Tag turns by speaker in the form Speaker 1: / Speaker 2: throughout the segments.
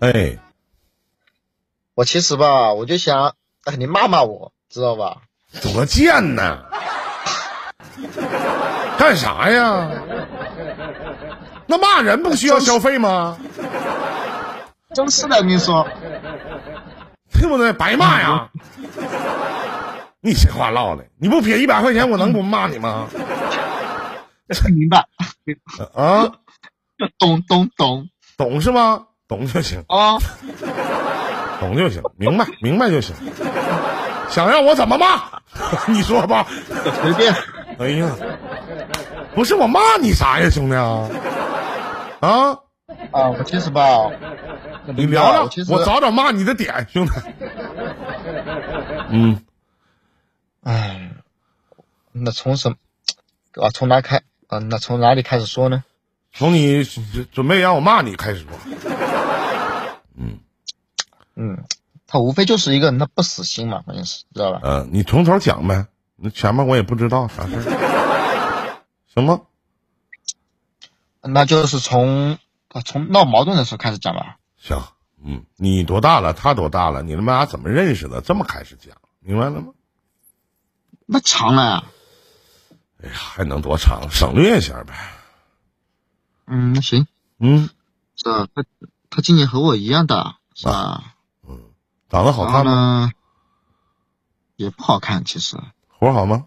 Speaker 1: 哎，
Speaker 2: 我其实吧，我就想，哎，你骂骂我，知道吧？
Speaker 1: 多贱呐！干啥呀？那骂人不需要消费吗？
Speaker 2: 真是的，你说，
Speaker 1: 对不对？白骂呀！你这话唠的，你不撇一百块钱，我能不骂你吗？
Speaker 2: 明白？
Speaker 1: 啊，
Speaker 2: 懂懂懂
Speaker 1: 懂是吗？懂就行，
Speaker 2: 啊！
Speaker 1: 懂就行，明白明白就行。想让我怎么骂？ 你说吧。
Speaker 2: 随便，
Speaker 1: 哎呀，不是我骂你啥呀，兄弟啊？啊，
Speaker 2: 啊，我其实吧，
Speaker 1: 你聊聊
Speaker 2: 我其，实
Speaker 1: 我找找骂你的点， 兄弟。嗯，
Speaker 2: 哎，那从什么啊？从哪开啊？那从哪里开始说呢？
Speaker 1: 从你准准备让我骂你开始说。
Speaker 2: 嗯，他无非就是一个人的不死心嘛，关键是知道吧？
Speaker 1: 嗯、你从头讲呗，那前面我也不知道啥事儿 行吗？
Speaker 2: 那就是从啊从闹矛盾的时候开始讲吧。
Speaker 1: 行，嗯，你多大了？他多大了？你们俩怎么认识的？这么开始讲，明白了吗？
Speaker 2: 那长了啊呀，
Speaker 1: 哎呀，还能多长？省略一下呗。
Speaker 2: 嗯，那行，
Speaker 1: 嗯，
Speaker 2: 是啊他他今年和我一样大，是吧？
Speaker 1: 长得好
Speaker 2: 然后
Speaker 1: 看吗？
Speaker 2: 呢，也不好看，其实，
Speaker 1: 活好吗？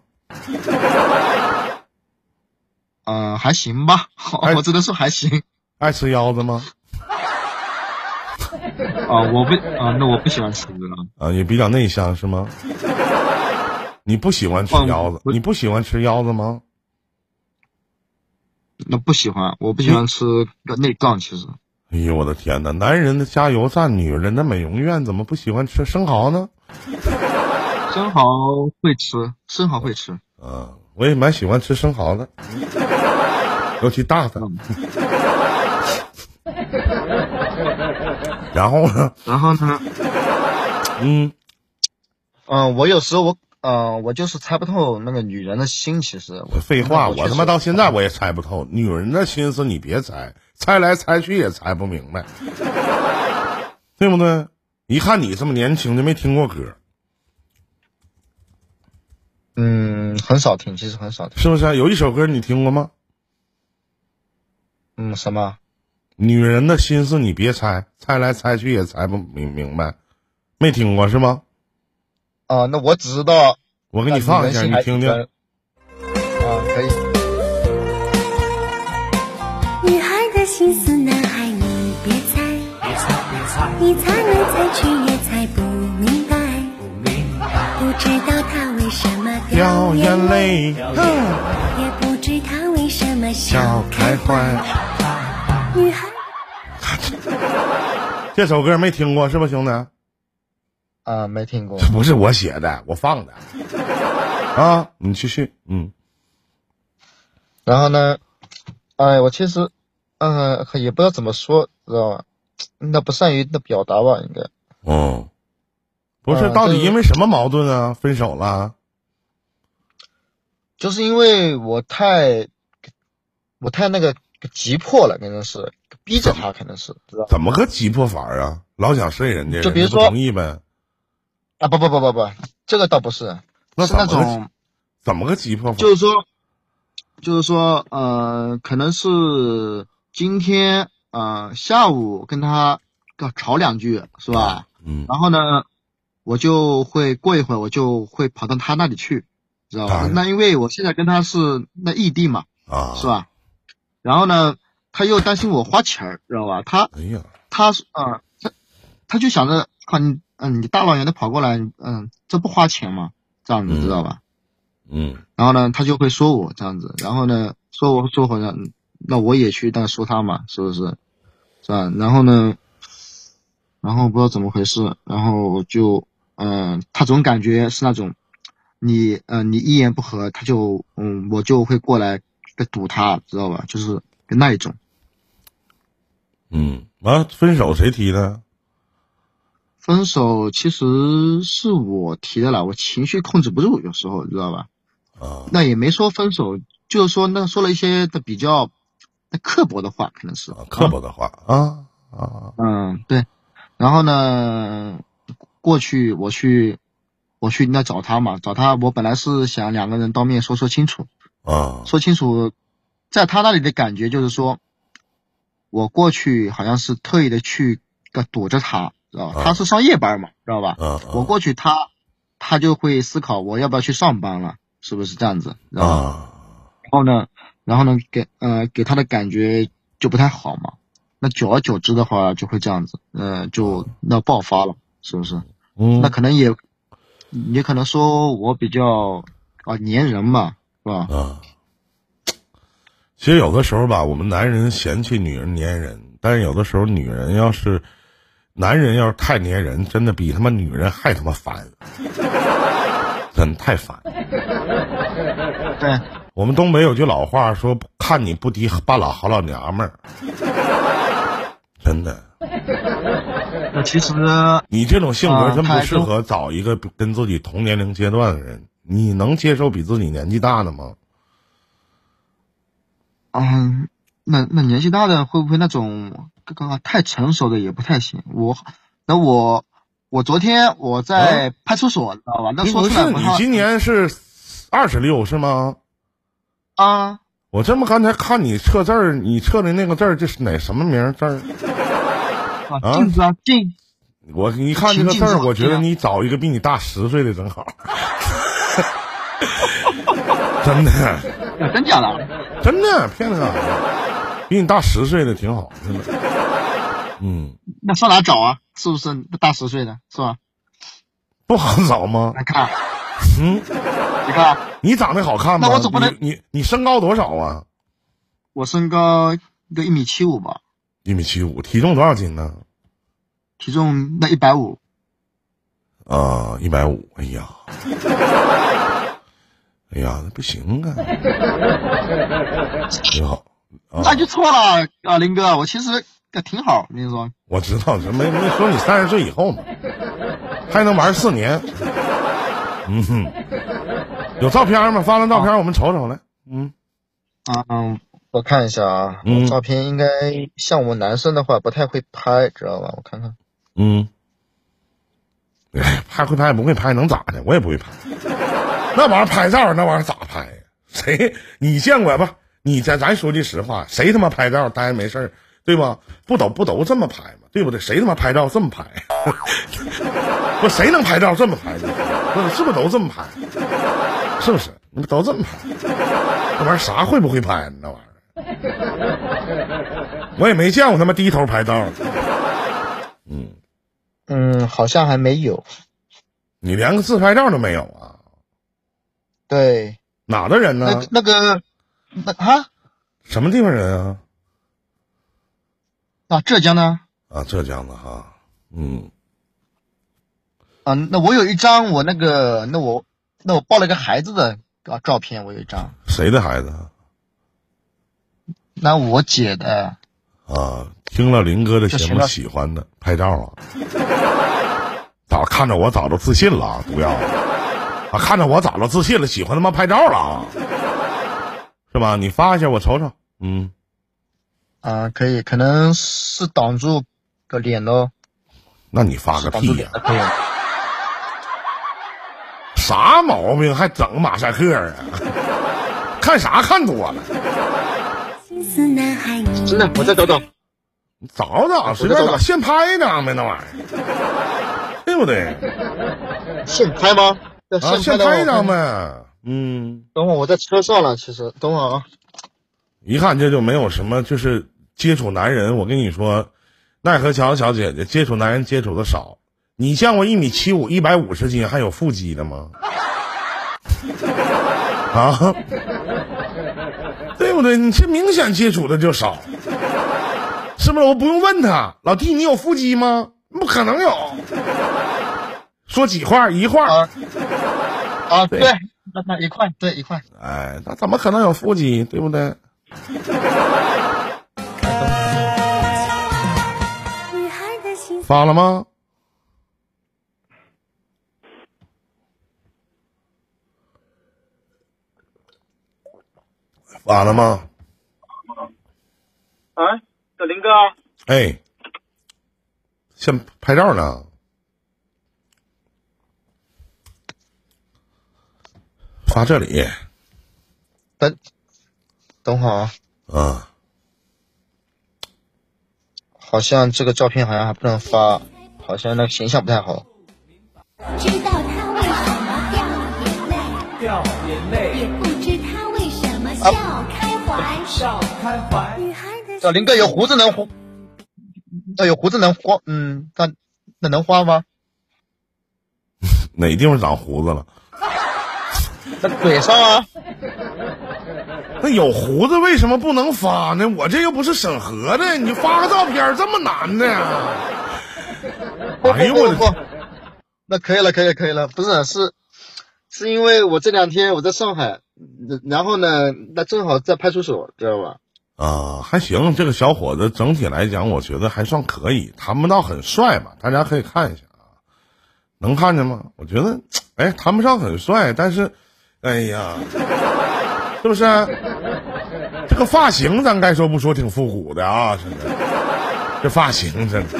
Speaker 2: 嗯、还行吧，
Speaker 1: 哎
Speaker 2: 我只能说还行。
Speaker 1: 爱吃腰子吗？
Speaker 2: 啊、我不啊、那我不喜欢吃鹅啊。
Speaker 1: 啊，也比较内向是吗？ 你不喜欢吃
Speaker 2: 嗯
Speaker 1: 腰子？
Speaker 2: 我
Speaker 1: 你不喜欢吃腰子吗？
Speaker 2: 那不喜欢，我不喜欢吃内脏，其实
Speaker 1: 哎呦我的天哪！男人的加油站，女人的美容院，怎么不喜欢吃生蚝呢？
Speaker 2: 生蚝会吃，生蚝会吃。
Speaker 1: 啊，我也蛮喜欢吃生蚝的， 尤其大的。 然后呢？
Speaker 2: 然后呢，
Speaker 1: 嗯，
Speaker 2: 嗯、我有时候我，嗯、我就是猜不透那个女人的心，其实我
Speaker 1: 废话，我他妈
Speaker 2: 到
Speaker 1: 到现在我也猜不透女人的心思，你别猜，猜来猜去也猜不明白，对不对？一看你这么年轻，就没听过歌，
Speaker 2: 嗯很少听，其实很少听。
Speaker 1: 是不是？有一首歌你听过吗？
Speaker 2: 嗯，什么？
Speaker 1: 女人的心思你别猜，猜来猜去也猜不明明白，没听过是吗？
Speaker 2: 啊、那我只知道。
Speaker 1: 我给你放一下，你听听。
Speaker 2: 啊，可以。
Speaker 3: 女孩的心思，男孩你别猜，你猜来猜去也猜不明白，不知道他为什么
Speaker 1: 掉
Speaker 3: 掉
Speaker 1: 眼
Speaker 3: 眼泪，
Speaker 1: 泪，
Speaker 3: 也不知他为什么
Speaker 1: 笑
Speaker 3: 笑
Speaker 1: 开
Speaker 3: 开
Speaker 1: 怀
Speaker 3: 怀。。女孩，
Speaker 1: 这首歌没听过是吧，兄弟？
Speaker 2: 啊、没听过
Speaker 1: 这。不是我写的，我放的。啊，你继续，嗯，
Speaker 2: 然后呢，哎，我其实，嗯、可也不知道怎么说，知道吧？那不善于的表达吧，应该。
Speaker 1: 哦，不是，
Speaker 2: 嗯
Speaker 1: 到底
Speaker 2: 这个
Speaker 1: 因为什么矛盾啊？分手了？
Speaker 2: 就是因为我太，我太那个急迫了，可能是逼着他，可能是知道吧
Speaker 1: 怎么个急迫法啊？老想睡人家，
Speaker 2: 就比如
Speaker 1: 人家不
Speaker 2: 说
Speaker 1: 同意呗？
Speaker 2: 啊？不不不不不，这个倒不是，
Speaker 1: 那
Speaker 2: 是
Speaker 1: 怎么
Speaker 2: 那
Speaker 1: 个
Speaker 2: 种，
Speaker 1: 怎么个急迫法
Speaker 2: 就？是说，就是说，呃，可能是今天呃下午跟他呃吵两句是吧？
Speaker 1: 嗯
Speaker 2: 然后呢，我就会过一会儿我就会跑到他那里去，知道
Speaker 1: 当
Speaker 2: 吧？
Speaker 1: 然
Speaker 2: 那因为我现在跟他是那异地嘛，
Speaker 1: 啊，
Speaker 2: 是吧？然后呢，他又担心我花钱儿，知道吧？他
Speaker 1: 哎呀，
Speaker 2: 他是啊、呃他他就想着，靠你，嗯，你大老远的跑过来，嗯，这不花钱吗？这样
Speaker 1: 嗯
Speaker 2: 子知道吧？
Speaker 1: 嗯
Speaker 2: 然后呢，他就会说我这样子，然后呢，说我说好像，嗯那我也去那说他嘛，是不是？是吧？然后呢，然后不知道怎么回事，然后我就，嗯、他总感觉是那种，你，嗯、你一言不合，他就，嗯，我就会过来堵他，知道吧？就是那一种。
Speaker 1: 嗯，完、了，分手谁提的？
Speaker 2: 分手其实是我提的啦，我情绪控制不住，有时候知道吧？
Speaker 1: 啊，
Speaker 2: 那也没说分手，就是说那说了一些的比较那刻薄的话，可能是
Speaker 1: 啊刻。薄的话啊啊，
Speaker 2: 嗯，对。然后呢，过去我去我去那找他嘛，找他，我本来是想两个人当面说说清楚，
Speaker 1: 啊
Speaker 2: 说清楚，在他那里的感觉就是说，我过去好像是特意的去个躲着他，知道吧？
Speaker 1: 啊
Speaker 2: 他是上夜班嘛，知道吧？
Speaker 1: 啊
Speaker 2: 我过去他，他就会思考我要不要去上班了，是不是这样子？知道吧？
Speaker 1: 啊
Speaker 2: 然后呢，然后呢，给呃给他的感觉就不太好嘛。那久而久之的话，就会这样子，嗯、就那爆发了，是不是？
Speaker 1: 嗯
Speaker 2: 那可能也，也可能说我比较啊粘人嘛，是吧？
Speaker 1: 啊。其实有的时候吧，我们男人嫌弃女人粘人，但是有的时候女人要是，男人要是太粘人，真的比他妈女人还他妈烦， 真太烦。
Speaker 2: 对，
Speaker 1: 我们东北有句老话说：“看你不敌半拉好老娘们儿。”真的，
Speaker 2: 那其实
Speaker 1: 你这种性格
Speaker 2: 啊
Speaker 1: 真不
Speaker 2: 他
Speaker 1: 适合找一个跟自己同年龄阶段的人。你能接受比自己年纪大的吗？
Speaker 2: 嗯，那那年纪大的会不会那种刚刚太成熟的也不太行？我，那我我昨天我在派出所，知道吧？那
Speaker 1: 你
Speaker 2: 啊说
Speaker 1: 不
Speaker 2: 出来
Speaker 1: 是，
Speaker 2: 不
Speaker 1: 你
Speaker 2: 太
Speaker 1: 今年是二十六是吗？
Speaker 2: 啊，
Speaker 1: 我这么刚才看你测字儿，你测的那个字儿，这是哪什么名儿字儿？
Speaker 2: 啊镜子啊镜
Speaker 1: 我一看这个字
Speaker 2: 秦
Speaker 1: 儿，
Speaker 2: 晋
Speaker 1: 我觉
Speaker 2: 是
Speaker 1: 得
Speaker 2: 吧
Speaker 1: 你找一个比你大十岁的正好。 真的。
Speaker 2: 真假的？
Speaker 1: 真的骗子啊，比你大十岁的挺好，真的。嗯，
Speaker 2: 那上哪找啊？是不是大十岁的，是吧？
Speaker 1: 不好找吗？
Speaker 2: 来看，啊
Speaker 1: 嗯，
Speaker 2: 你看啊
Speaker 1: 你长得好看吗？
Speaker 2: 那我总不能
Speaker 1: 你你你身高多少啊？
Speaker 2: 我身高一个一米七五吧，
Speaker 1: 一米七五，体重多少斤呢？
Speaker 2: 体重那一百五，
Speaker 1: 啊，一百五。哎呀， 哎呀，那不行啊。挺好啊，
Speaker 2: 那就错了啊，林哥，我其实那挺好，我跟你说，
Speaker 1: 我知道，这没没说你三十岁以后嘛，还能玩四年。嗯哼，有照片吗？发张照片我们瞅瞅来。嗯。
Speaker 2: 啊嗯，我看一下啊，
Speaker 1: 嗯
Speaker 2: 我照片应该像我们男生的话不太会拍，知道吧？我看看，
Speaker 1: 嗯，哎，拍会拍不会拍能咋的？我也不会拍，那玩意儿拍照那玩意儿咋拍呀？谁你见过不？你咱咱说句实话，谁他妈拍照待着没事儿，对吧？不都不都这么拍吗？对不对？谁他妈拍照这么拍？ 不，谁能拍照这么拍呢？不是，是不是都这么拍？是不是？你们都这么拍？那玩意儿啥会不会拍呢？那玩意儿，我也没见过他妈低头拍照。嗯。
Speaker 2: 嗯，好像还没有，
Speaker 1: 你连个自拍照都没有啊？
Speaker 2: 对，
Speaker 1: 哪的人
Speaker 2: 那
Speaker 1: 呢
Speaker 2: 个？那个，那啊
Speaker 1: 什么地方人啊？
Speaker 2: 啊浙江呢？
Speaker 1: 啊，浙江的哈，嗯，
Speaker 2: 啊，那我有一张我那个，那我那我抱了个孩子的啊照片，我有一张，
Speaker 1: 谁的孩子啊
Speaker 2: 那我姐的。
Speaker 1: 啊？听了林哥的节目
Speaker 2: 这谁呢啊
Speaker 1: 喜欢的拍照啊？早看着我早就自信了啊，毒药啊！啊看着我早就自信了，喜欢他妈拍照了啊，是吧？你发一下我瞅瞅，嗯，
Speaker 2: 啊，可以，可能是挡住个脸喽，
Speaker 1: 那你发
Speaker 2: 是
Speaker 1: 个
Speaker 2: 挡住
Speaker 1: 屁呀
Speaker 2: 脸、的，可以。
Speaker 1: 啥毛病还整马赛克啊？ 看啥看多了？
Speaker 3: 心思男孩，你
Speaker 2: 真的，我再找找。
Speaker 1: 找找，随便找，现拍一张呗，那玩意 儿，对不对？
Speaker 2: 现拍吗？对
Speaker 1: 啊，现
Speaker 2: 的
Speaker 1: 拍一
Speaker 2: 我
Speaker 1: 张
Speaker 2: 看看
Speaker 1: 呗。嗯，
Speaker 2: 等会儿我在车上了，其实等会儿啊。
Speaker 1: 一看这就没有什么，就是接触男人。我跟你说，奈何桥小姐姐接触男人接触的少。你见过一米七五、一百五十斤还有腹肌的吗？啊， 对不对？你这明显接触的就少，是不是？我不用问他，老弟，你有腹肌吗？不可能有。说几块？一块。
Speaker 2: 啊啊，
Speaker 1: 对
Speaker 2: 对，那那一块，对一块。
Speaker 1: 哎，那怎么可能有腹肌，对不对？
Speaker 3: 女孩的心思
Speaker 1: 发了吗？发了吗？
Speaker 4: 啊，小林哥，
Speaker 1: 哎，现拍照呢？发这里
Speaker 2: 等等会儿啊，
Speaker 1: 啊，
Speaker 2: 好像这个照片好像还不能发，好像那个形象不太好。
Speaker 3: 知道他为什么掉眼泪，
Speaker 4: 掉眼泪，
Speaker 3: 也不知他为什么笑开怀。
Speaker 4: 笑开怀。
Speaker 3: 女孩的
Speaker 2: 呃小林哥有胡子能花，要有胡子能花，嗯，那那能花吗？
Speaker 1: 哪地方长胡子了？
Speaker 2: 那嘴上啊，
Speaker 1: 那有胡子为什么不能发呢？我这又不是审核的，你发个照片儿这么难呢？
Speaker 2: 不
Speaker 1: 哎呦
Speaker 2: 不
Speaker 1: 我的
Speaker 2: 不不，那可以了，可以了，可以了。不是，是是因为我这两天我在上海，嗯然后呢，那正好在派出所，知道吧？
Speaker 1: 啊，还行，这个小伙子整体来讲，我觉得还算可以，谈不到很帅吧，大家可以看一下啊，能看见吗？我觉得，哎，谈不上很帅，但是，哎呀，是不是？这个发型，咱该说不说，挺复古的啊，真的，这发型真的，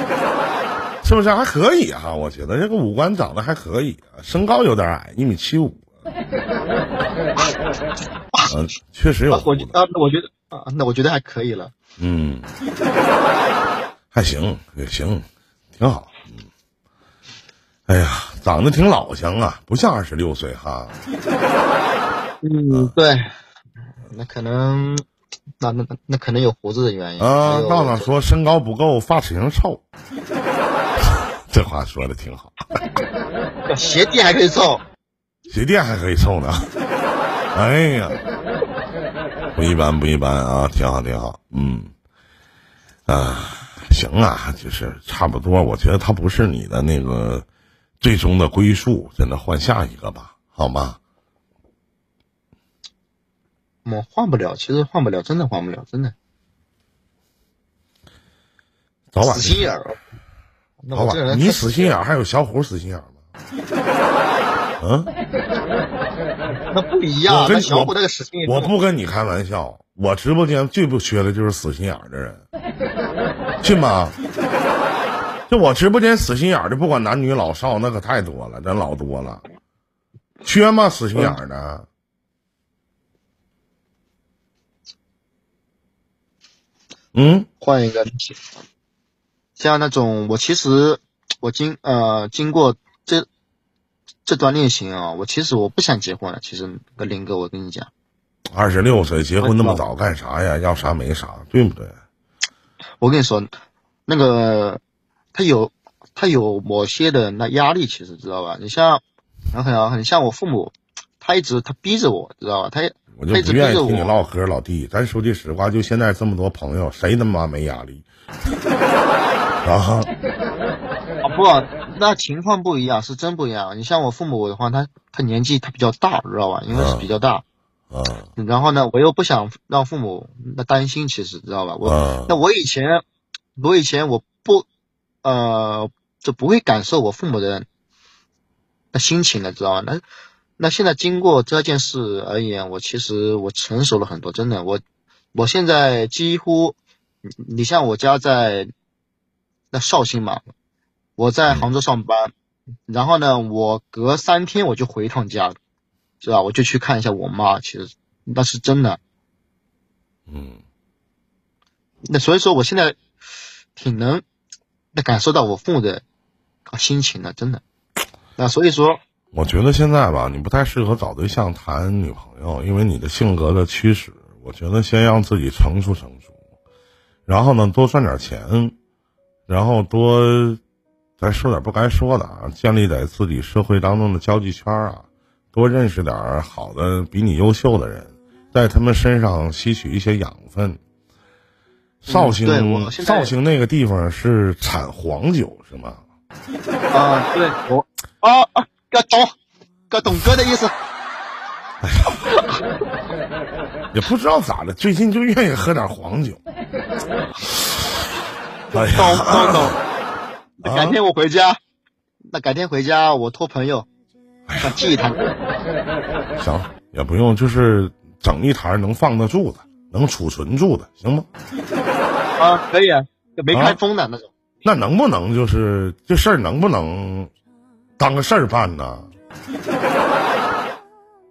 Speaker 1: 是不是还可以啊？我觉得这个五官长得还可以啊，身高有点矮，一米七五， 嗯、确实有
Speaker 2: 啊，
Speaker 1: 胡
Speaker 2: 我
Speaker 1: 子
Speaker 2: 觉。啊，那我觉得啊，那我觉得还可以了。
Speaker 1: 嗯，还行，也行，挺好。嗯，哎呀，长得挺老相啊，不像二十六岁哈。
Speaker 2: 嗯，
Speaker 1: 啊
Speaker 2: 对，那可能，那那那那可能有胡子的原因
Speaker 1: 啊
Speaker 2: 还，有
Speaker 1: 道长说身高不够，发型臭， 这话说的挺好。
Speaker 2: 鞋底还可以照，
Speaker 1: 鞋垫还可以臭呢。 哎呀，不一般，不一般啊，挺好，挺好。嗯，啊，行啊，就是差不多。我觉得他不是你的那个最终的归宿，真的换下一个吧，好吗？
Speaker 2: 我们换不了，其实换不了，真的换不了，真的。
Speaker 1: 早晚
Speaker 2: 死心眼儿。哦那
Speaker 1: 早
Speaker 2: 我这
Speaker 1: 晚，
Speaker 2: 人
Speaker 1: 你
Speaker 2: 太
Speaker 1: 死心眼儿，还有小虎死心眼儿吗？嗯，
Speaker 2: 那不一样
Speaker 1: 我，跟
Speaker 2: 那
Speaker 1: 你
Speaker 2: 小
Speaker 1: 我
Speaker 2: 虎那个死心眼
Speaker 1: 我
Speaker 2: 重
Speaker 1: 不跟你开玩笑，我直播间最不缺的就是死心眼儿的人，信吗？就我直播间死心眼儿的，不管男女老少，那可太多了，咱老多了，缺吗？死心眼儿的，嗯，
Speaker 2: 换一个。像那种我其实我经呃经过这这段恋情啊，我其实我不想结婚了。其实跟林哥，我跟你讲，
Speaker 1: 二十六岁结婚那么早干啥呀？要啥没啥，对不对？
Speaker 2: 我跟你说，那个他有他有某些的那压力，其实知道吧？你像很很很像我父母，他一直他逼着我，知道吧？他
Speaker 1: 我就
Speaker 2: 他一
Speaker 1: 不
Speaker 2: 直逼
Speaker 1: 愿意
Speaker 2: 着
Speaker 1: 听你
Speaker 2: 我，
Speaker 1: 唠嗑，老弟。咱说句实话，就现在这么多朋友，谁他妈没压 力？啊，
Speaker 2: 啊不，那情况不一样，是真不一样。你像我父母的话，他他年纪他比较大，知道吧？因为是比较大。
Speaker 1: 啊
Speaker 2: 然后呢，我又不想让父母那担心，其实知道吧？我、
Speaker 1: 啊
Speaker 2: 那我以前，我以前我不，呃，就不会感受我父母的那心情的，知道吧？那那现在经过这件事而言，我其实我成熟了很多，真的。我我现在几乎，你你像我家在那绍兴嘛，我在杭州上班，然后呢，我隔三天我就回一趟家，知道？我就去看一下我妈，其实那是真的。
Speaker 1: 嗯，
Speaker 2: 那所以说，我现在挺能那感受到我父母的啊心情的，真的。那所以说，
Speaker 1: 我觉得现在吧，你不太适合找对象、谈女朋友，因为你的性格的驱使。我觉得先让自己成熟成熟，然后呢，多赚点钱，然后多，咱说点不该说的啊，建立在自己社会当中的交际圈啊，多认识点儿好的、比你优秀的人，在他们身上吸取一些养分。绍兴，
Speaker 2: 嗯对我现在
Speaker 1: 绍兴那个地方是产黄酒是吗？
Speaker 2: 啊，对我啊啊，要懂，要懂哥的意思。
Speaker 1: 也不知道咋的，最近就愿意喝点黄 酒。哎
Speaker 2: 懂
Speaker 1: 呀，
Speaker 2: 懂懂。
Speaker 1: 啊
Speaker 2: 那改天我回家，那改天回家我托朋友，
Speaker 1: 哎
Speaker 2: 想寄一坛。
Speaker 1: 行，也不用，就是整一坛能放得住的，能储存住的，行吗？
Speaker 2: 啊，可以啊，就没开封的那种。
Speaker 1: 那能不能就是这事儿能不能当个事儿办呢？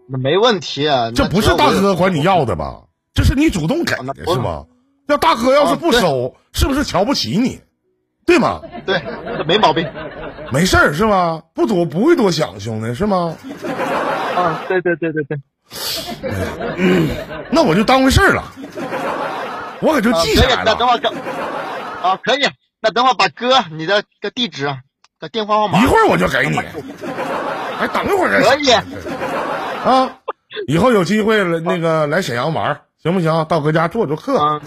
Speaker 2: 那没问题啊。
Speaker 1: 这
Speaker 2: 那
Speaker 1: 不
Speaker 2: 只
Speaker 1: 是
Speaker 2: 要
Speaker 1: 大
Speaker 2: 我有
Speaker 1: 哥管你要的吧？这是你主动给
Speaker 2: 那
Speaker 1: 的
Speaker 2: 不
Speaker 1: 是吗？要大哥要是不
Speaker 2: 啊对
Speaker 1: 收，是不是瞧不起你？对吗？
Speaker 2: 对，这没毛病
Speaker 1: 没事儿是吧？不多不会多想，兄弟是吗？
Speaker 2: 啊。对对对对对，
Speaker 1: 那我就当回事儿了，我可就
Speaker 2: 啊，可
Speaker 1: 记
Speaker 2: 以
Speaker 1: 下，来
Speaker 2: 那等
Speaker 1: 了。
Speaker 2: 会儿给啊，可以，那等会儿把哥你的个地址、啊个电话号码啊
Speaker 1: 一会儿我就给你，还等一会儿再
Speaker 2: 可以
Speaker 1: 啊！以后有机会了，那个来沈阳玩儿行不行？到哥家做做客
Speaker 2: 啊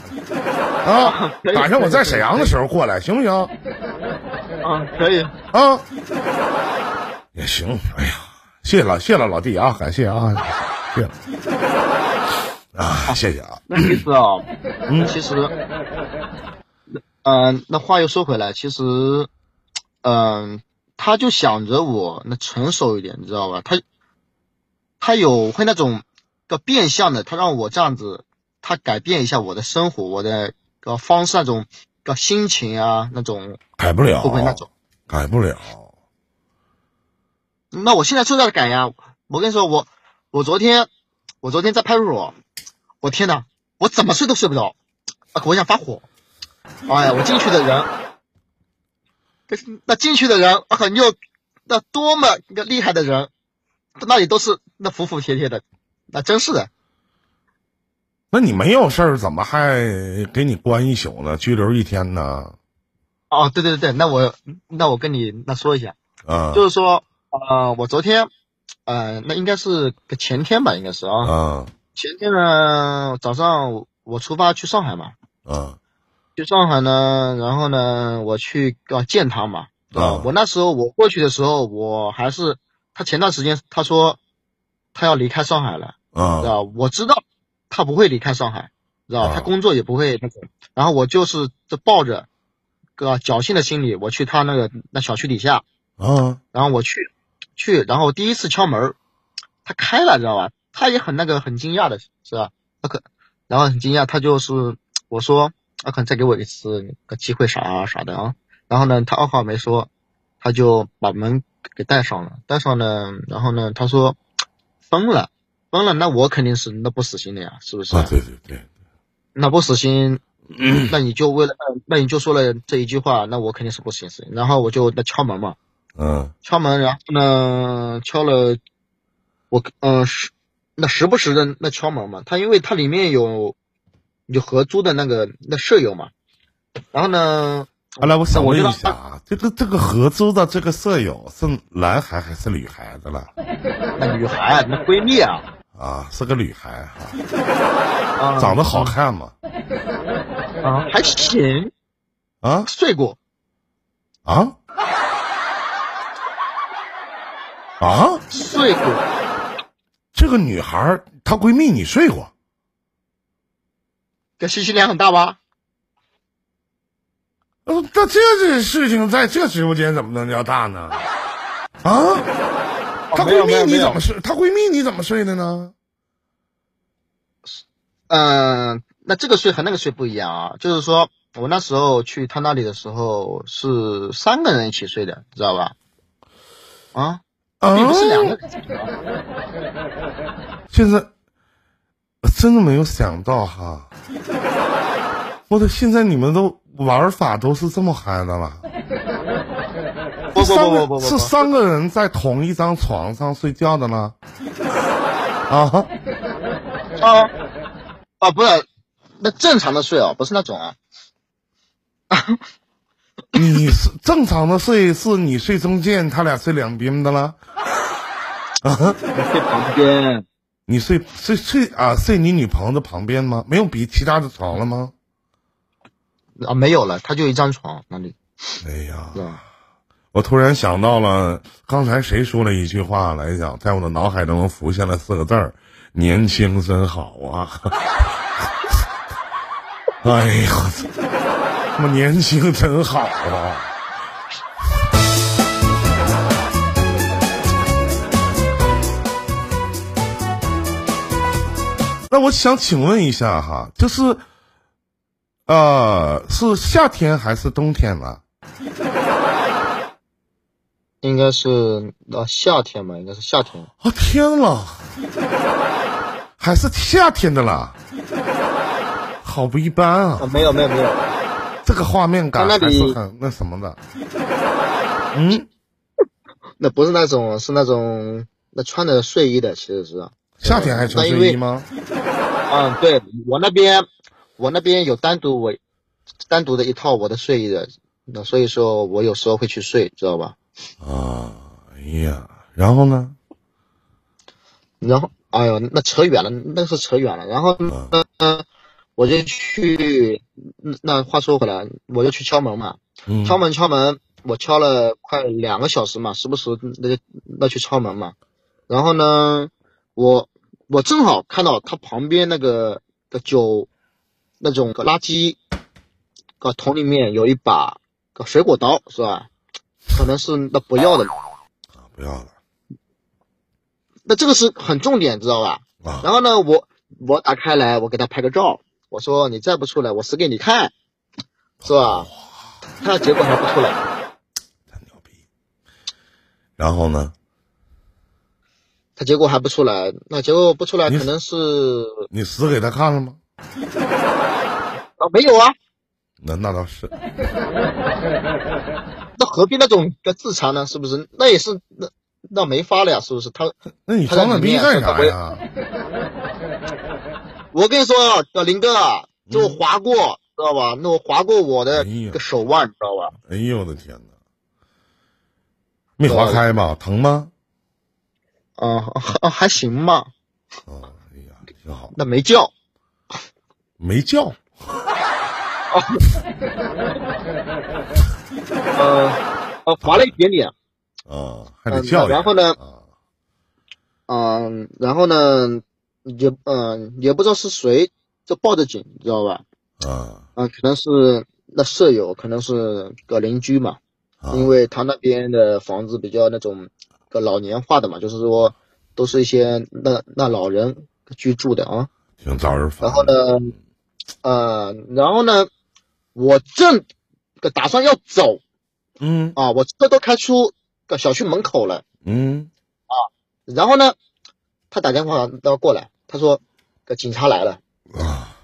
Speaker 1: 啊！
Speaker 2: 可以
Speaker 1: 赶上我在沈阳的时候过来，行不行？
Speaker 2: 啊，可以，
Speaker 1: 啊，也行。哎呀，谢谢老谢了老弟啊，感谢啊，谢了啊，谢谢啊。
Speaker 2: 那其实啊，嗯，其实，嗯、那话又说回来，其实，嗯、他就想着我那成熟一点，你知道吧？他，他有会那种个变相的，他让我这样子，他改变一下我的生活，我的个方式那种个心情啊，那种
Speaker 1: 改不了，
Speaker 2: 会不会那种？
Speaker 1: 改不了。
Speaker 2: 那我现在就在改呀！我跟你说，我我昨天我昨天在派出所，我天呐，我怎么睡都睡不着，啊，我想发火。哎呀，我进去的人，这那进去的人啊很又那多么一个厉害的人，那也都是那服服帖帖的，那真是的。
Speaker 1: 那你没有事儿，怎么还给你关一宿呢？拘留一天呢？
Speaker 2: 哦，对对对，那我那我跟你那说一下，
Speaker 1: 啊
Speaker 2: 就是说，呃，我昨天，呃，那应该是个前天吧，应该是啊。
Speaker 1: 啊
Speaker 2: 前天呢，早上我我出发去上海嘛，
Speaker 1: 啊
Speaker 2: 去上海呢，然后呢，我去啊见他嘛。
Speaker 1: 啊
Speaker 2: 我那时候我过去的时候，我还是他前段时间他说他要离开上海了，知
Speaker 1: 啊
Speaker 2: 道吧？我知道他不会离开上海，知道吧？
Speaker 1: 啊
Speaker 2: 他工作也不会那种。然后我就是就抱着个侥幸的心理，我去他那个那小区底下，
Speaker 1: 啊！
Speaker 2: 然后我去去，然后第一次敲门儿，他开了，知道吧？他也很那个很惊讶的，是吧？他可然后很惊讶，他就是我说啊，可能再给我一次个机会啥啊啥的啊。然后呢，他二话没说，他就把门给带上了，带上呢，然后呢，他说疯了，疯了，那我肯定是那不死心的呀，是不是？
Speaker 1: 啊对对对，
Speaker 2: 那不 死心，那你就为了那你就说了这一句话，那我肯定是不死心。然后我就那敲门嘛，
Speaker 1: 嗯
Speaker 2: 敲门，然后呢敲了，我嗯时、那时不时的那敲门嘛，他因为他里面有有合租的那个那舍友嘛，然后呢，
Speaker 1: 后来我想问一
Speaker 2: 那我就
Speaker 1: 下啊，这个这个合租的这个舍友是男孩还是女孩子了？
Speaker 2: 那女孩那闺蜜啊，
Speaker 1: 啊，是个女孩哈、
Speaker 2: 啊
Speaker 1: 长得好看吗？
Speaker 2: 啊还行，
Speaker 1: 啊
Speaker 2: 睡过，
Speaker 1: 啊啊！
Speaker 2: 睡过，
Speaker 1: 这个女孩儿她闺蜜你睡过？
Speaker 2: 这信息量很大吧？
Speaker 1: 呃，那这这事情在这直播间怎么能叫大呢？啊，她
Speaker 2: 没
Speaker 1: 闺
Speaker 2: 有没有
Speaker 1: 蜜你
Speaker 2: 没有
Speaker 1: 怎么睡？她闺蜜你怎么睡的呢？
Speaker 2: 嗯、那这个税和那个税不一样啊，就是说我那时候去他那里的时候是三个人一起睡的，知道吧？啊，
Speaker 1: 啊，
Speaker 2: 并不是两个人，
Speaker 1: 现在我真的没有想到哈，我的现在你们都玩法都是这么嗨的了，
Speaker 2: 不不
Speaker 1: 三
Speaker 2: 不
Speaker 1: 个
Speaker 2: 不不不，
Speaker 1: 是三个人在同一张床上睡觉的呢？啊，
Speaker 2: 啊啊不是，那正常的睡哦，不是那种啊，
Speaker 1: 你是正常的睡是你睡中间，他俩睡两边的了。
Speaker 2: 睡旁边。
Speaker 1: 你睡睡睡啊睡你女朋友的旁边吗？没有比其他的床了吗？
Speaker 2: 啊，没有了，他就一张床那里，
Speaker 1: 哎呀
Speaker 2: 是，吧？
Speaker 1: 我突然想到了刚才谁说了一句话来讲，在我的脑海中浮现了四个字儿：年轻真好啊！ 哎呀，我操他妈年轻真好啊！那我想请问一下哈，就是，呃，是夏天还是冬天呢、
Speaker 2: 应该是啊夏天吧，应该是夏天。
Speaker 1: 哦天了，还是夏天的啦，好不一般啊
Speaker 2: 啊，！没有没有没有，
Speaker 1: 这个画面感
Speaker 2: 在那
Speaker 1: 还
Speaker 2: 里
Speaker 1: 是很那什么的。嗯，
Speaker 2: 那不是那种，是那种那穿的睡衣的，其实是。
Speaker 1: 夏天还穿
Speaker 2: 那因
Speaker 1: 睡衣
Speaker 2: 为
Speaker 1: 吗？
Speaker 2: 嗯，对我那边，我那边有单独我单独的一套我的睡衣的，那所以说我有时候会去睡，知道吧？
Speaker 1: 啊，哎呀，然后呢？
Speaker 2: 然后，哎呦，那扯远了，那是扯远了。然后呢，我就去，那那话说回来，我就去敲门嘛，
Speaker 1: 嗯
Speaker 2: 敲门敲门，我敲了快两个小时嘛，时不时那就那去敲门嘛。然后呢，我我正好看到他旁边那个的酒，那种个垃圾个桶里面有一把个水果刀，是吧？可能是那不要的，
Speaker 1: 不要了
Speaker 2: 那这个是很重点，知道吧？
Speaker 1: 啊！
Speaker 2: 然后呢，我我打开来，我给他拍个照，我说你再不出来，我死给你看，是吧？他结果还不出来，
Speaker 1: 太牛逼。然后呢？
Speaker 2: 他结果还不出来，那结果不出来
Speaker 1: 你
Speaker 2: 可能是
Speaker 1: 你死给他看了吗？
Speaker 2: 啊没有啊，
Speaker 1: 那那倒是，
Speaker 2: 那何必那种个自残呢？是不是？那也是那那没法了呀，是不是？他
Speaker 1: 那你装那逼干啥呀？
Speaker 2: 我跟你说啊，小林哥啊，就我划过，知道吧？那我划过我的
Speaker 1: 哎呀
Speaker 2: 个手腕，知道吧？
Speaker 1: 哎呦我的天哪！没划开吧？疼吗？
Speaker 2: 啊、还还行吧，
Speaker 1: 啊，哎呀，挺好，
Speaker 2: 那没叫。
Speaker 1: 没叫。
Speaker 2: 呃，呃，划了一点点，
Speaker 1: 啊，还得叫一下、
Speaker 2: 嗯然后呢
Speaker 1: 啊，
Speaker 2: 嗯，然后呢，也嗯、也不知道是谁就报的警，你知道吧？
Speaker 1: 啊
Speaker 2: 嗯、可能是那舍友，可能是个邻居嘛，
Speaker 1: 啊，
Speaker 2: 因为他那边的房子比较那种个老年化的嘛，就是说都是一些那那老人居住的啊。
Speaker 1: 挺招人烦。
Speaker 2: 然后呢，呃，然后呢，我正个打算要走
Speaker 1: 嗯
Speaker 2: 啊，我车都开出个小区门口了。
Speaker 1: 嗯，
Speaker 2: 然后呢，他打电话要过来，他说，个警察来了。
Speaker 1: 啊，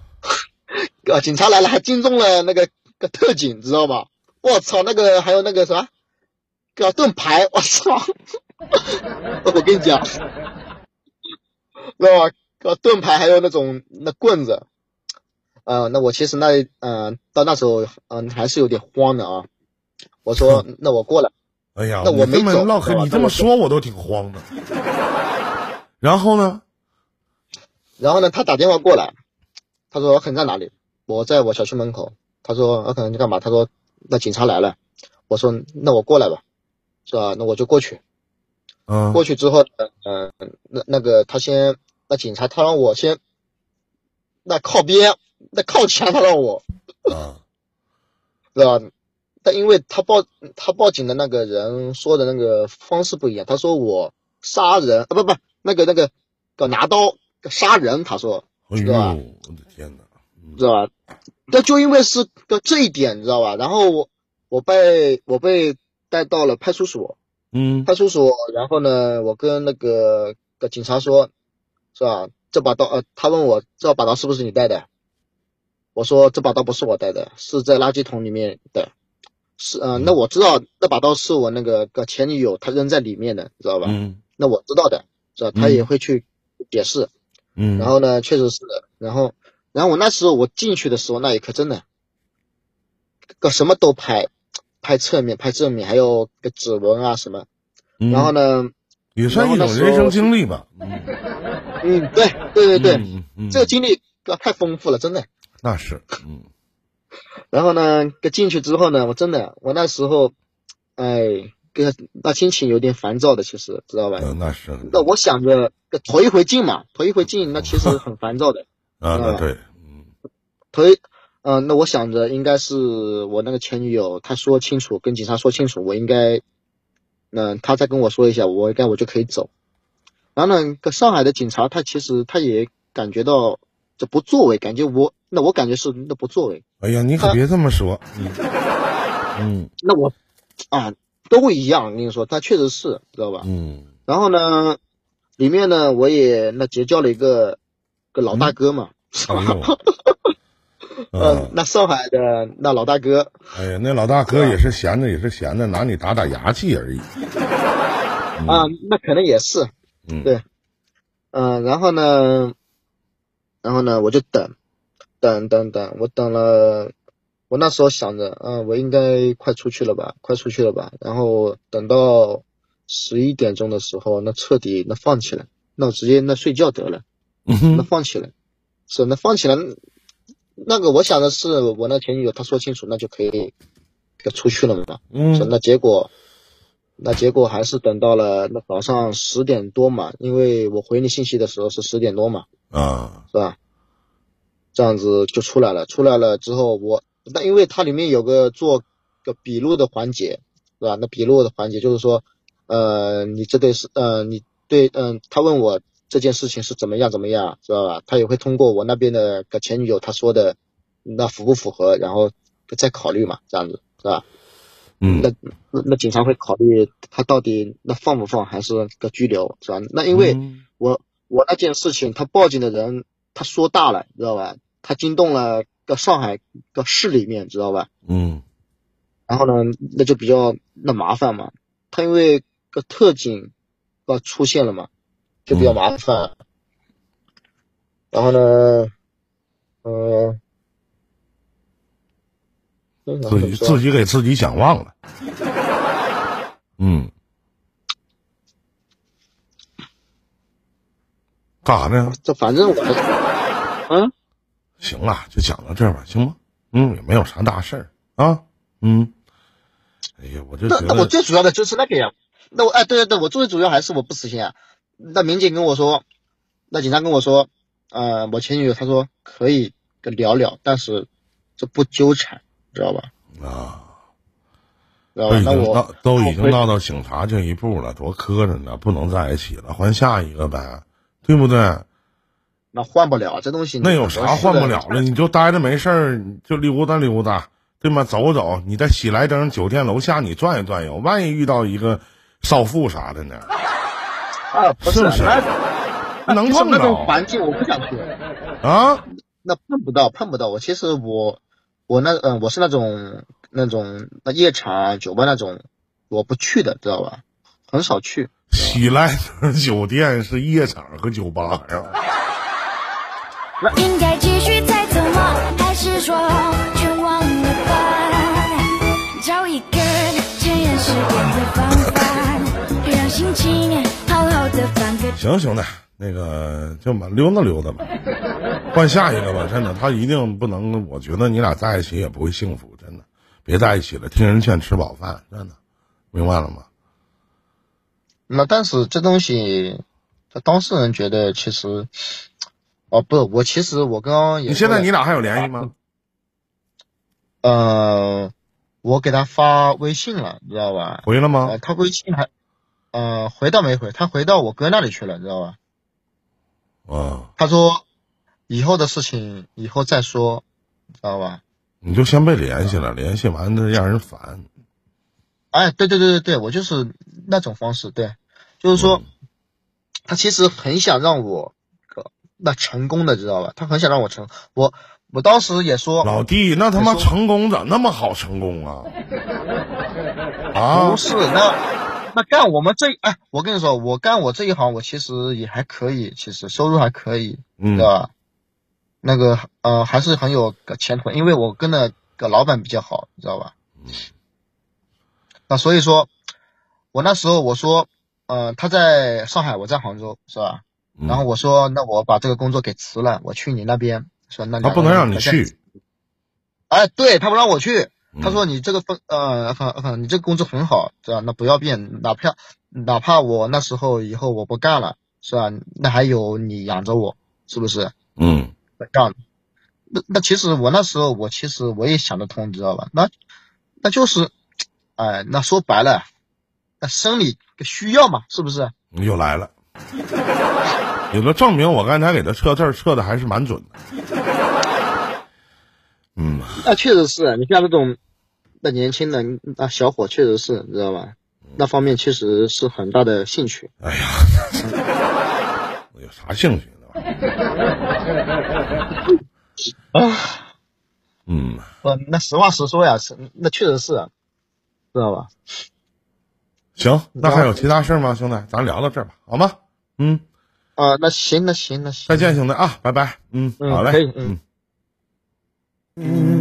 Speaker 2: 啊，警察来了，还惊动了那个个特警，知道吧？我操，那个还有那个啥，个盾牌，我操！ 我跟你讲，知道吧？个盾牌还有那种那棍子，呃，那我其实那嗯、呃到那时候嗯、还是有点慌的啊。我说，那我过来，
Speaker 1: 哎呀，
Speaker 2: 那我
Speaker 1: 你这么
Speaker 2: 没走
Speaker 1: 唠嗑，
Speaker 2: 对吧
Speaker 1: 你这么说我都挺慌的。然后呢？
Speaker 2: 然后呢，他打电话过来，他说可能在哪里？我在我小区门口。他说呃我可能去干嘛？他说那警察来了。我说那我过来吧，是吧？那我就过去。
Speaker 1: 嗯
Speaker 2: 过去之后，嗯、呃，那那个他先，那警察他让我先，那靠边，那靠墙，他让我，
Speaker 1: 啊
Speaker 2: 是吧？但因为他报他报警的那个人说的那个方式不一样，他说我杀人啊，不不，那个那个，搞拿刀杀人，他说，
Speaker 1: 哎呦，
Speaker 2: 是吧
Speaker 1: 我的天哪！
Speaker 2: 知道吧？但就因为是个这一点，你知道吧？然后我我被我被带到了派出所，
Speaker 1: 嗯
Speaker 2: 派出所，然后呢，我跟那个个警察说，是吧？这把刀，呃，他问我这把刀是不是你带的？我说这把刀不是我带的，是在垃圾桶里面的。是，嗯、那我知道那把刀是我那个个前女友她扔在里面的，知道吧？
Speaker 1: 嗯
Speaker 2: 那我知道的，是吧？她也会去解释。
Speaker 1: 嗯，
Speaker 2: 然后呢，确实是的。然后，然后我那时候我进去的时候，那一刻真的，个什么都拍，拍侧面、拍正面，还有个指纹啊什么。
Speaker 1: 嗯
Speaker 2: 然后呢，
Speaker 1: 也算一种
Speaker 2: 然后那时候
Speaker 1: 人生经历吧。嗯
Speaker 2: 嗯，对对对对，
Speaker 1: 嗯嗯
Speaker 2: 这个经历个太丰富了，真的。
Speaker 1: 那是嗯
Speaker 2: 然后呢，个进去之后呢，我真的，我那时候，哎，个那心情有点烦躁的，其实知道吧？
Speaker 1: 嗯那是
Speaker 2: 那我想着个头一回进嘛，头一回进，那其实很烦躁的。
Speaker 1: 啊那
Speaker 2: 嗯
Speaker 1: 对嗯
Speaker 2: 头一，嗯、那我想着应该是我那个前女友，她说清楚，跟警察说清楚，我应该，嗯、她再跟我说一下，我应该我就可以走。然后呢，个上海的警察他其实他也感觉到这不作为，感觉我那我感觉是那不作为，
Speaker 1: 哎呀，你可
Speaker 2: 他
Speaker 1: 别这么说，嗯嗯
Speaker 2: 那我啊都一样，跟你说，他确实是，知道吧？
Speaker 1: 嗯
Speaker 2: 然后呢，里面呢我也那结交了一个个老大哥嘛，
Speaker 1: 哎 呦，
Speaker 2: 呃，
Speaker 1: 嗯，
Speaker 2: 那上海的那老大哥，
Speaker 1: 哎呀，那老大哥也是闲着，也是闲着，拿你打打牙祭而已。
Speaker 2: 啊，那可能也是，
Speaker 1: 嗯
Speaker 2: 对，嗯、然后呢，然后呢，我就等，等等等，我等了，我那时候想着，啊、我应该快出去了吧，快出去了吧，然后等到十一点钟的时候，那彻底那放弃了，那我直接那睡觉得了，
Speaker 1: 嗯
Speaker 2: 那
Speaker 1: 哼，
Speaker 2: 放弃了，是那放弃了，那个我想的是我那前女友她说清楚，那就可以，就出去了嘛，是
Speaker 1: 嗯
Speaker 2: 那结果，那结果还是等到了那早上十点多嘛，因为我回你信息的时候是十点多嘛，
Speaker 1: 啊，
Speaker 2: 是吧？这样子就出来了，出来了之后我那因为它里面有个做个笔录的环节，是吧？那笔录的环节就是说，呃，你这对事，呃，你对，嗯、他问我这件事情是怎么样怎么样，知道吧？他也会通过我那边的个前女友他说的，那符不符合，然后再考虑嘛，这样子是吧？
Speaker 1: 嗯
Speaker 2: 那那那警察会考虑他到底那放不放，还是个拘留，是吧？那因为
Speaker 1: 嗯
Speaker 2: 我我那件事情，他报警的人他说大了，知道吧？他惊动了个上海个市里面，知道吧？
Speaker 1: 嗯
Speaker 2: 然后呢，那就比较那麻烦嘛。他因为个特警啊出现了嘛，就比较麻烦。然后呢，呃，嗯
Speaker 1: 自己自己给自己讲忘了。嗯，干啥呢？
Speaker 2: 这反正我还是，嗯，
Speaker 1: 行了，就讲到这儿吧，行吗？嗯，也没有啥大事儿啊。嗯，哎呀，我就
Speaker 2: 那
Speaker 1: 觉
Speaker 2: 那我
Speaker 1: 得，
Speaker 2: 最主要的就是那个呀，那我哎，对对对，我最主要还是我不死心啊。那民警跟我说，那警察跟我说，呃，我前女友她说可以跟聊聊，但是这不纠缠，知道吧？啊，知道
Speaker 1: 都
Speaker 2: 吧？
Speaker 1: 已
Speaker 2: 那
Speaker 1: 经
Speaker 2: 我
Speaker 1: 到都已经
Speaker 2: 那我
Speaker 1: 闹到警察这一步了，多磕碜呢，不能在一起了，换下一个呗，对不对？
Speaker 2: 那换不了这东西，
Speaker 1: 那有啥换不了了？？你就待着没事儿，你就溜达溜达，对吗？走走，你在喜来登酒店楼下你转悠转悠，万一遇到一个少妇啥的呢？
Speaker 2: 啊，不是，
Speaker 1: 是不是
Speaker 2: 那
Speaker 1: 能
Speaker 2: 就是
Speaker 1: 碰
Speaker 2: 那
Speaker 1: 着
Speaker 2: 种环境，我不想去。
Speaker 1: 啊？
Speaker 2: 那碰不到，碰不到我。其实我，我那嗯、我是那种那种那夜场啊、酒吧那种，我不去的，知道吧？很少去。
Speaker 1: 喜来登酒店是夜场和酒吧呀、
Speaker 3: 应该继续再走吗？还是说全忘了吧？找一个检验时间的方法，让心情好好的放个
Speaker 1: 行，兄弟，那个就满溜达溜达吧，换下一个吧。真的，他一定不能，我觉得你俩在一起也不会幸福，真的，别在一起了，听人劝，吃饱饭，真的，明白了吗？
Speaker 2: 那但是这东西，他当事人觉得其实，哦不，我其实我刚刚也
Speaker 1: 你现在
Speaker 2: 说了
Speaker 1: 你俩还有联系吗？
Speaker 2: 呃，我给他发微信了，知道吧？
Speaker 1: 回了吗
Speaker 2: 呃，？他微信还，呃，回倒没回，他回到我哥那里去了，知道吧？
Speaker 1: 啊，
Speaker 2: 他说，以后的事情以后再说，知道吧？
Speaker 1: 你就先别联系了，联系完了让人烦。
Speaker 2: 哎，对对对对对，我就是那种方式，对，就是说，
Speaker 1: 嗯
Speaker 2: 他其实很想让我呃那成功的，知道吧？他很想让我成，我我当时也说，
Speaker 1: 嗯老弟，那他妈
Speaker 2: 你说
Speaker 1: 成功咋那么好成功 啊？啊
Speaker 2: 不，是那那干我们这一哎，我跟你说，我干我这一行，我其实也还可以，其实收入还可以，
Speaker 1: 嗯
Speaker 2: 对吧？那个呃，还是很有个前途，因为我跟的个老板比较好，你知道吧？那所以说，我那时候我说，呃，他在上海，我在杭州，是吧？
Speaker 1: 嗯
Speaker 2: 然后我说，那我把这个工作给辞了，我去你那边，说那
Speaker 1: 嗯他
Speaker 2: 两
Speaker 1: 不
Speaker 2: 个
Speaker 1: 能
Speaker 2: 人
Speaker 1: 让你
Speaker 2: 再见
Speaker 1: 去。
Speaker 2: 哎，对他不让我去，他
Speaker 1: 嗯
Speaker 2: 说你这个分呃很很你这个工作很好，是吧？那不要变，哪怕哪怕我那时候以后我不干了，是吧？那还有你养着我，是不是？
Speaker 1: 嗯
Speaker 2: 这样，那那其实我那时候我其实我也想得通，知道吧？那那就是，哎，那说白了，那生理需要嘛，是不是？
Speaker 1: 你又来了，也就证明我刚才给他测字儿测的还是蛮准的。嗯，
Speaker 2: 啊那确实是你像这种，那年轻的那小伙确实是，你知道吧？那方面确实是很大的兴趣。
Speaker 1: 哎呀，有啥兴趣那玩意儿？
Speaker 2: 啊，
Speaker 1: 嗯，
Speaker 2: 我呃那实话实说呀，是那确实是，啊知道吧？
Speaker 1: 行，那还有其他事儿吗，兄弟？咱聊到这儿吧，好吗？嗯，
Speaker 2: 啊，那行，那行，那行，
Speaker 1: 再见，兄弟啊，拜拜。嗯，
Speaker 2: 嗯
Speaker 1: 好嘞，
Speaker 2: 可以嗯
Speaker 1: 嗯。
Speaker 3: 嗯